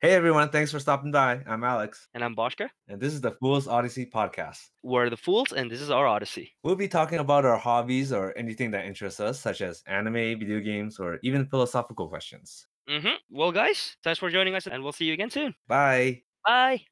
Hey everyone, thanks for stopping by. I'm Alex, And I'm Boschka. and this is the Fool's Odyssey podcast. We're the Fools, and this is our Odyssey. We'll be talking about our hobbies or anything that interests us, such as anime, video games, or even philosophical questions. hmm Well, guys, thanks for joining us, and we'll see you again soon. Bye. Bye.